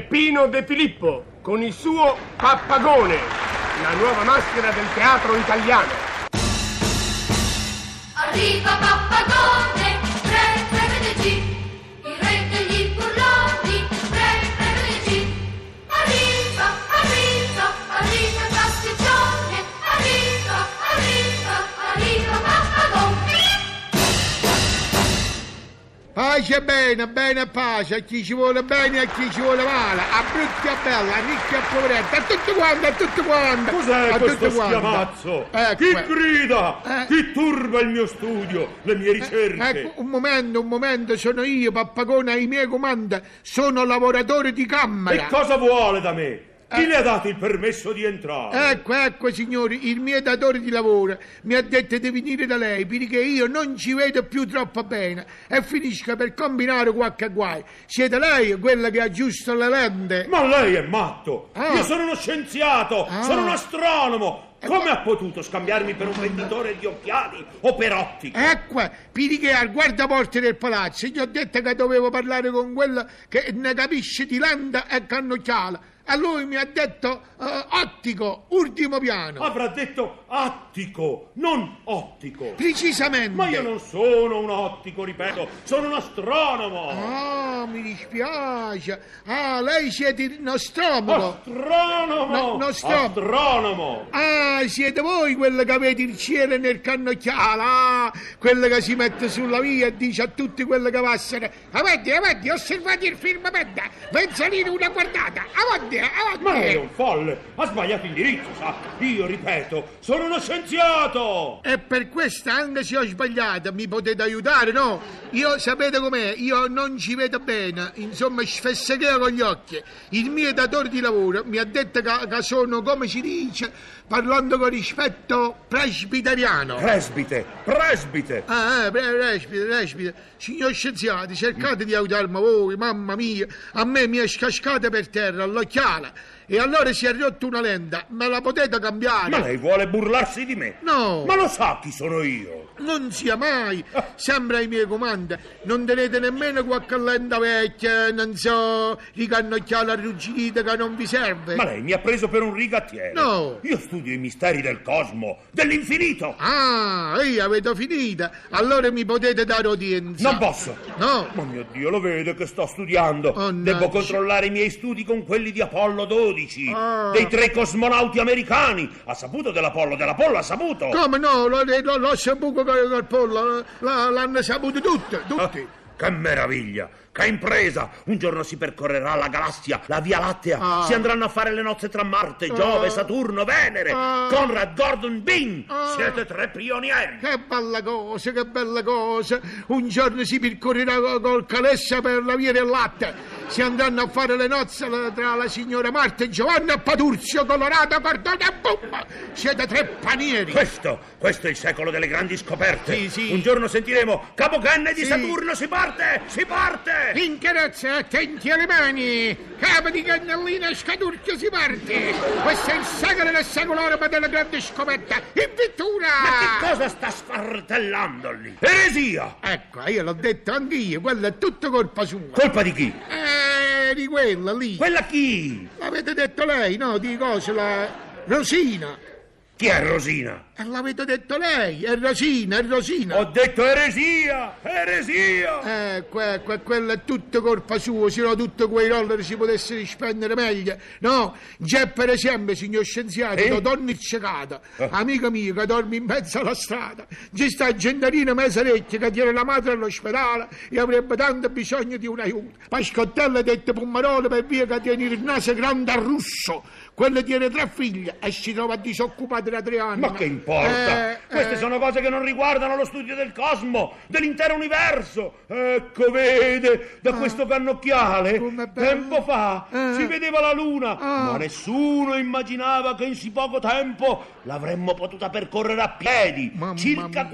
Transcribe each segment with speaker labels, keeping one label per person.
Speaker 1: Peppino De Filippo con il suo Pappagone, la nuova maschera del teatro italiano.
Speaker 2: Arriva pappagone, pre, prevedeci, il re degli burloni, pre, prevedeci. Arriva, arriva, arriva il pasticcione, arriva, arriva, arriva pappagone.
Speaker 3: Pace bene, bene e pace, a chi ci vuole bene e a chi ci vuole male, a brutti e a bella, a ricchi e a poveretti, a tutti quanti, a tutti quanti.
Speaker 4: Cos'è
Speaker 3: a
Speaker 4: questo
Speaker 3: tutti quanti.
Speaker 4: schiamazzo?
Speaker 3: Ecco,
Speaker 4: Chi
Speaker 3: eh,
Speaker 4: grida?
Speaker 3: Eh.
Speaker 4: Chi turba il mio studio, le mie ricerche?
Speaker 3: Ecco, un momento, un momento, sono io, Pappagone, ai miei comandi, sono lavoratore di
Speaker 4: e
Speaker 3: Camera.
Speaker 4: cosa vuole da me? Chi
Speaker 3: Eh.
Speaker 4: le ha dato il permesso di entrare?
Speaker 3: Ecco, ecco signori, il mio datore di lavoro mi ha detto di venire da lei perché io non ci vedo più troppo bene e finisca per combinare qualche guai. Siete lei quella che aggiusta le lente?
Speaker 4: Ma lei è matto!
Speaker 3: Eh. Ah.
Speaker 4: Io sono uno scienziato,
Speaker 3: Ah. Eh,
Speaker 4: sono un astronomo! Come ha potuto scambiarmi per un venditore di occhiali o per ottiche?
Speaker 3: Ecco, perché al guardaporte del palazzo gli ho detto che dovevo parlare con quello che ne capisce di landa e cannocchiala. E lui mi ha detto eh, ottico, ultimo piano.
Speaker 4: Avrà detto attico, non ottico.
Speaker 3: Precisamente.
Speaker 4: Ma io non sono un ottico, ripeto, sono un astronomo.
Speaker 3: Ah, mi dispiace. Ah, lei siete il
Speaker 4: Oh,
Speaker 3: nostromo.
Speaker 4: Astronomo!
Speaker 3: No, non sto-
Speaker 4: Astronomo!
Speaker 3: Ah, siete voi quello che avete il cielo nel cannocchiale, ah, quello che si mette sulla via e dice a tutti quelli che passano avanti, avanti, osservate il firmamento, pensate una guardata, avanti, avanti.
Speaker 4: Ma lei è un folle, ha sbagliato indirizzo, sa? Io ripeto, sono uno scienziato!
Speaker 3: E per questa, anche se ho sbagliato, mi potete aiutare, no? Io, sapete com'è, io non ci vedo bene, insomma, sfessegherò con gli occhi. Il mio datore di lavoro mi ha detto che, che sono, come si dice, parlando con rispetto,
Speaker 4: Eh?
Speaker 3: presbiteriano.
Speaker 4: Presbite, presbite!
Speaker 3: Ah, eh, pre- respite, respite. Signor scienziati, cercate di aiutarmi voi, mamma mia. A me mi è scascata per terra l'occhiale. E allora si è rotta una lenda. Me la potete cambiare?
Speaker 4: Ma lei vuole burlarsi di me?
Speaker 3: No.
Speaker 4: Ma lo sa chi sono io?
Speaker 3: Non sia mai, sembra ai miei comandi, non tenete nemmeno qualche lenda vecchia, non so, ricannocchiale arrugginita che non vi serve.
Speaker 4: Ma lei mi ha preso per un rigattiere.
Speaker 3: Eh. No.
Speaker 4: Io studio i misteri del cosmo, dell'infinito.
Speaker 3: Ah, io avete finita, allora mi potete dare udienza.
Speaker 4: Non posso.
Speaker 3: No,
Speaker 4: Ma mio Dio, lo vede che sto studiando.
Speaker 3: Mannaggia.
Speaker 4: Devo controllare i miei studi con quelli di Apollo 12,
Speaker 3: Ah.
Speaker 4: dei tre cosmonauti americani. Ha saputo dell'Apollo, dell'Apollo ha saputo.
Speaker 3: come no, lo, lo, lo saputo col, col pollo, la- l'hanno saputo tutte,
Speaker 4: Ah,
Speaker 3: tutti.
Speaker 4: Che meraviglia, che impresa! Un giorno si percorrerà la galassia, la Via Lattea,
Speaker 3: Ah.
Speaker 4: si andranno a fare le nozze tra Marte, Giove,
Speaker 3: Ah.
Speaker 4: Saturno, Venere,
Speaker 3: Ah.
Speaker 4: Conrad, Gordon, Bing.
Speaker 3: Ah.
Speaker 4: Siete tre pionieri.
Speaker 3: Che bella cosa, che bella cosa! Un giorno si percorrerà co- col calessa per la via del latte. Si andranno a fare le nozze la- tra la signora Marta e Giovanna Padurzio, Colorado, Cordone e Bumba! Siete tre panieri!
Speaker 4: Questo, questo è il secolo delle grandi scoperte.
Speaker 3: Sì, sì.
Speaker 4: Un giorno sentiremo Capo Kennedy
Speaker 3: Sì.
Speaker 4: Saturno si parte, si parte!
Speaker 3: In carrozza, attenti alle mani! Capo di cannellina, scaturchio si parte! Questo è il secolo del secolo oro ma della grande scopetta! In
Speaker 4: Ma che
Speaker 3: pittura!
Speaker 4: cosa sta sfartellando lì? Eresia!
Speaker 3: Ecco, io l'ho detto anch'io, quella è tutta colpa sua!
Speaker 4: Colpa di chi?
Speaker 3: Eh, di quella lì!
Speaker 4: Quella chi?
Speaker 3: L'avete detto lei, no? Di cosa? La Rosina.
Speaker 4: Chi è Rosina?
Speaker 3: Eh, L'avete detto lei, è Rosina, è Rosina.
Speaker 4: Ho detto eresia! Eresia!
Speaker 3: Eh, que- que- quella è tutta colpa sua, se no tutti quei roller si potessero spendere meglio. No, già per esempio, signor scienziato,
Speaker 4: Sì?
Speaker 3: da donna cecata, amica mia che dorme in mezzo alla strada, ci sta gendarina mezza vecchia che tiene la madre all'ospedale e avrebbe tanto bisogno di un aiuto. Pascottella ha detto Pummarone per via che tiene il naso grande a russo. Quella tiene tre figlie e si trova disoccupata da tre anni.
Speaker 4: Ma che importa?
Speaker 3: Eh,
Speaker 4: Queste
Speaker 3: eh.
Speaker 4: sono cose che non riguardano lo studio del cosmo, dell'intero universo. Ecco, vede, da questo cannocchiale,
Speaker 3: com'è Ah. bello.
Speaker 4: tempo fa,
Speaker 3: Eh.
Speaker 4: si vedeva la luna,
Speaker 3: Ah.
Speaker 4: ma nessuno immaginava che in sì poco tempo l'avremmo potuta percorrere a piedi,
Speaker 3: Mamma
Speaker 4: circa
Speaker 3: mia.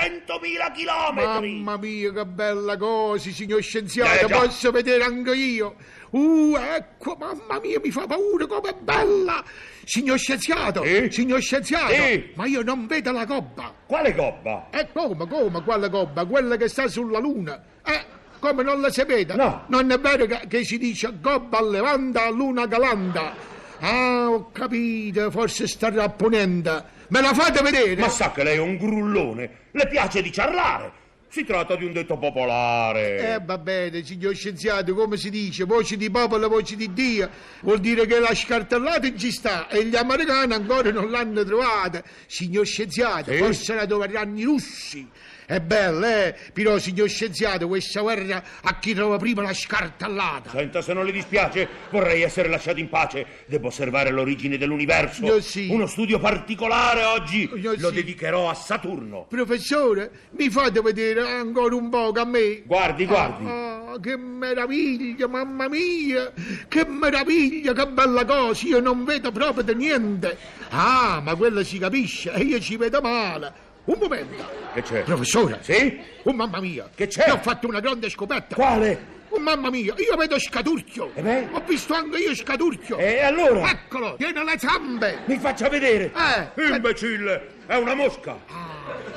Speaker 4: 400.000 chilometri.
Speaker 3: Mamma mia, che bella cosa, signor
Speaker 4: Eh,
Speaker 3: scienziato,
Speaker 4: già.
Speaker 3: posso vedere anche io. Uh, ecco, mamma mia, mi fa paura, com'è bella! Signor scienziato,
Speaker 4: Sì?
Speaker 3: signor scienziato,
Speaker 4: Sì.
Speaker 3: ma io non vedo la gobba.
Speaker 4: Quale gobba?
Speaker 3: E come, come, quella gobba? Quella che sta sulla luna. Eh, Come non la sapete?
Speaker 4: No.
Speaker 3: Non è vero che, che si dice gobba a levanda, luna galanda. Ah, ho capito, forse sta rapponendo. Me la fate vedere?
Speaker 4: Ma sa che lei è un grullone, le piace di ciarlare. Si tratta di un detto popolare.
Speaker 3: Eh, va bene, signor scienziato, come si dice, voce di popolo, voce di Dio, vuol dire che la scartellata ci sta e gli americani ancora non l'hanno trovata. Signor scienziato,
Speaker 4: Sì?
Speaker 3: forse la troveranno i russi. È bello, eh? Però, signor scienziato, questa guerra a chi trova prima la scartellata.
Speaker 4: Senta, se non le dispiace, vorrei essere lasciato in pace. Devo osservare l'origine dell'universo.
Speaker 3: Io sì.
Speaker 4: Uno studio particolare oggi
Speaker 3: Io
Speaker 4: lo
Speaker 3: sì.
Speaker 4: dedicherò a Saturno.
Speaker 3: Professore, mi fate vedere ancora un po' a me?
Speaker 4: Guardi, guardi.
Speaker 3: Ah, che meraviglia, mamma mia! Che meraviglia, che bella cosa! Io non vedo proprio di niente. Ah, ma quello si capisce e io ci vedo male. Un momento.
Speaker 4: Che c'è?
Speaker 3: Professore.
Speaker 4: Sì?
Speaker 3: Oh, mamma mia.
Speaker 4: Che c'è?
Speaker 3: Io ho fatto una grande scoperta.
Speaker 4: Quale?
Speaker 3: Oh, mamma mia, io vedo Scaturchio.
Speaker 4: E beh?
Speaker 3: Ho visto anche io Scaturchio.
Speaker 4: E allora?
Speaker 3: Eccolo, tiene le zampe.
Speaker 4: Mi faccia vedere.
Speaker 3: Eh.
Speaker 4: Imbecille, è una mosca.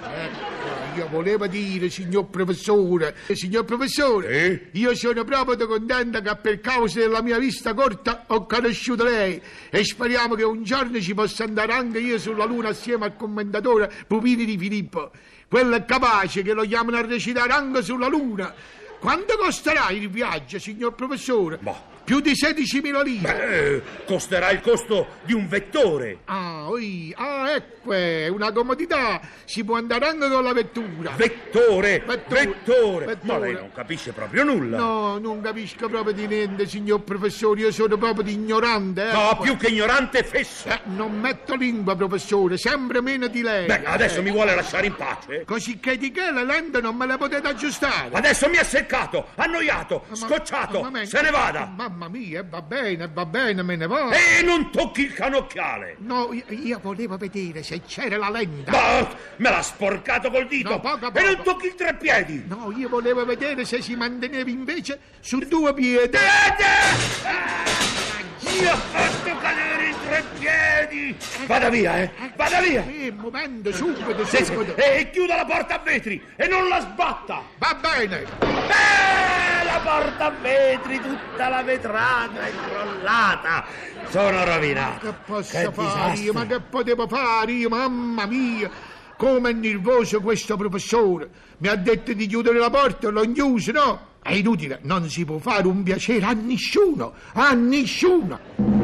Speaker 3: Io volevo dire, signor professore, eh, signor professore, io sono proprio contenta che per causa della mia vista corta ho conosciuto lei e speriamo che un giorno ci possa andare anche io sulla luna assieme al commendatore Pupini di Filippo, quello è capace che lo chiamano a recitare anche sulla luna. Quanto costerà il viaggio, signor professore?
Speaker 4: Boh.
Speaker 3: Più di 16.000 lire.
Speaker 4: Eh, costerà il costo di un vettore.
Speaker 3: Ah, oi, ah, ecco, è una comodità, si può andare anche con la vettura.
Speaker 4: Vettore,
Speaker 3: Vettore,
Speaker 4: Ma
Speaker 3: vettore.
Speaker 4: lei non capisce proprio nulla.
Speaker 3: No, non capisco proprio di niente, signor professore, io sono proprio di ignorante, eh.
Speaker 4: No, più che ignorante, fesso.
Speaker 3: Eh, non metto lingua, professore, sempre meno di lei.
Speaker 4: Beh, ah. adesso mi vuole lasciare in pace?
Speaker 3: Così che di che le lente non me le potete aggiustare.
Speaker 4: Adesso mi ha seccato, annoiato,
Speaker 3: Ma-
Speaker 4: scocciato.
Speaker 3: ma me-
Speaker 4: Se ne vada. Eh.
Speaker 3: Mamma mia, va bene, va bene, me ne vado.
Speaker 4: E non tocchi il canocchiale.
Speaker 3: No, io, io volevo vedere se c'era la lente.
Speaker 4: Ma Boh, me l'ha sporcato col dito.
Speaker 3: No, poco a
Speaker 4: E non
Speaker 3: poco.
Speaker 4: tocchi il treppiedi.
Speaker 3: No, io volevo vedere se si manteneva invece su due piedi.
Speaker 4: Eh. Vedete? Mi ha fatto cadere il treppiedi. Vada via, eh. Vada via.
Speaker 3: Eh, momento, subito,
Speaker 4: Sì, sì.
Speaker 3: subito.
Speaker 4: E chiuda la porta a vetri e non la sbatta.
Speaker 3: Va bene.
Speaker 4: Eh, la porta a vetri, tutta la vetrata è crollata. Sono
Speaker 3: Che
Speaker 4: rovinato.
Speaker 3: posso
Speaker 4: Che
Speaker 3: fare
Speaker 4: disastro.
Speaker 3: io? Ma che potevo fare io? Mamma mia! Come è nervoso questo professore! Mi ha detto di chiudere la porta, l'ho chiuso, no? È inutile, non si può fare un piacere a nessuno, a nessuno!